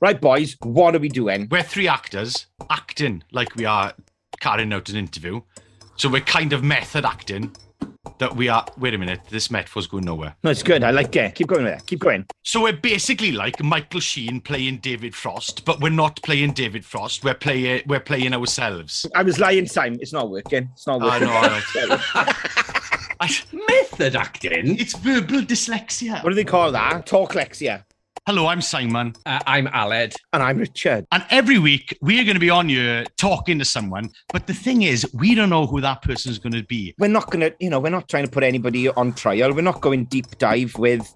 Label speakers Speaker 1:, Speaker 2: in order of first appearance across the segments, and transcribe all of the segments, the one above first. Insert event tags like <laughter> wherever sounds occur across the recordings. Speaker 1: right, boys, what are we doing?
Speaker 2: We're three actors acting like we are carrying out an interview. So we're kind of method acting that we are. Wait a minute, this metaphor's going nowhere.
Speaker 1: No, it's good. I like it. Keep going with it. Keep going.
Speaker 2: So we're basically like Michael Sheen playing David Frost, but we're not playing David Frost. We're playing we're playing ourselves.
Speaker 1: I was lying, Simon. It's not working. It's not
Speaker 2: I
Speaker 1: working.
Speaker 2: know. I know. I-
Speaker 3: Method acting.
Speaker 2: it's verbal dyslexia.
Speaker 1: <laughs> What do they call that? Talklexia.
Speaker 2: Hello, I'm Simon.
Speaker 3: Uh, I'm Aled.
Speaker 1: And I'm Richard.
Speaker 2: And every week we're going to be on here talking to someone. But the thing is, we don't know who that person's going to be.
Speaker 1: We're not going to, you know, we're not trying to put anybody on trial. We're not going deep dive with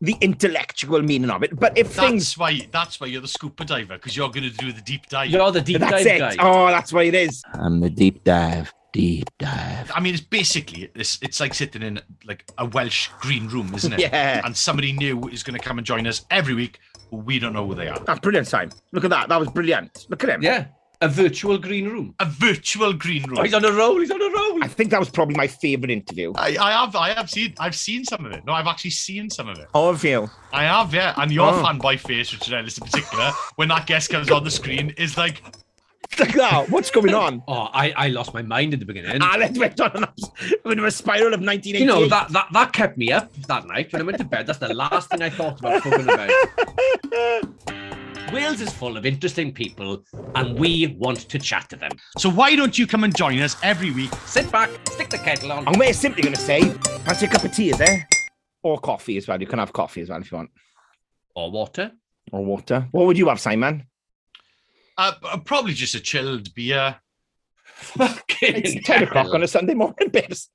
Speaker 1: the intellectual meaning of it. But if
Speaker 2: That's
Speaker 1: things.
Speaker 2: why. That's why you're the scuba diver because you're going to do the deep dive.
Speaker 3: You're the deep
Speaker 1: That's
Speaker 3: dive
Speaker 1: it.
Speaker 3: guy.
Speaker 1: Oh, that's what it is.
Speaker 4: I'm the deep dive, deep dive.
Speaker 2: I mean, it's basically it's it's like sitting in like a Welsh green room, isn't
Speaker 1: <laughs>
Speaker 2: it?
Speaker 1: Yeah.
Speaker 2: And somebody new is going to come and join us every week. But we don't know who they are.
Speaker 1: That's Ah, brilliant, Simon. Look at that. That was brilliant. Look at him.
Speaker 3: Yeah, a virtual green room.
Speaker 2: A virtual green room.
Speaker 3: Oh, he's on a roll. He's on a roll.
Speaker 1: I think that was probably my favourite interview.
Speaker 2: I, I have I have seen I've seen some of it. No, I've actually seen some of it.
Speaker 1: All of you.
Speaker 2: I have, yeah. And your
Speaker 1: Oh.
Speaker 2: fanboy face, Richard Ellis in particular, when that guest comes on the screen, is like
Speaker 1: Look at that. What's going on?
Speaker 3: Oh, I, I lost my mind at the beginning.
Speaker 1: Alan went on an <laughs> ups- into a spiral of 1988.
Speaker 3: you know that, that that kept me up that night when I went to bed. That's the last thing I thought about talking
Speaker 1: <laughs>
Speaker 3: about. Wales is full of interesting people, and we want to chat to them.
Speaker 2: So why don't you come and join us every week?
Speaker 3: Sit back, stick the kettle on.
Speaker 1: And we're simply going to say, fancy a cup of tea, is there? Or coffee as well. You can have coffee as well if you want.
Speaker 3: Or water.
Speaker 1: Or water. What would you have, Simon?
Speaker 2: Uh, uh, probably just a chilled beer.
Speaker 3: Fucking
Speaker 1: It's 10 o'clock <laughs>
Speaker 3: hell.
Speaker 1: on a Sunday morning, <laughs> babes.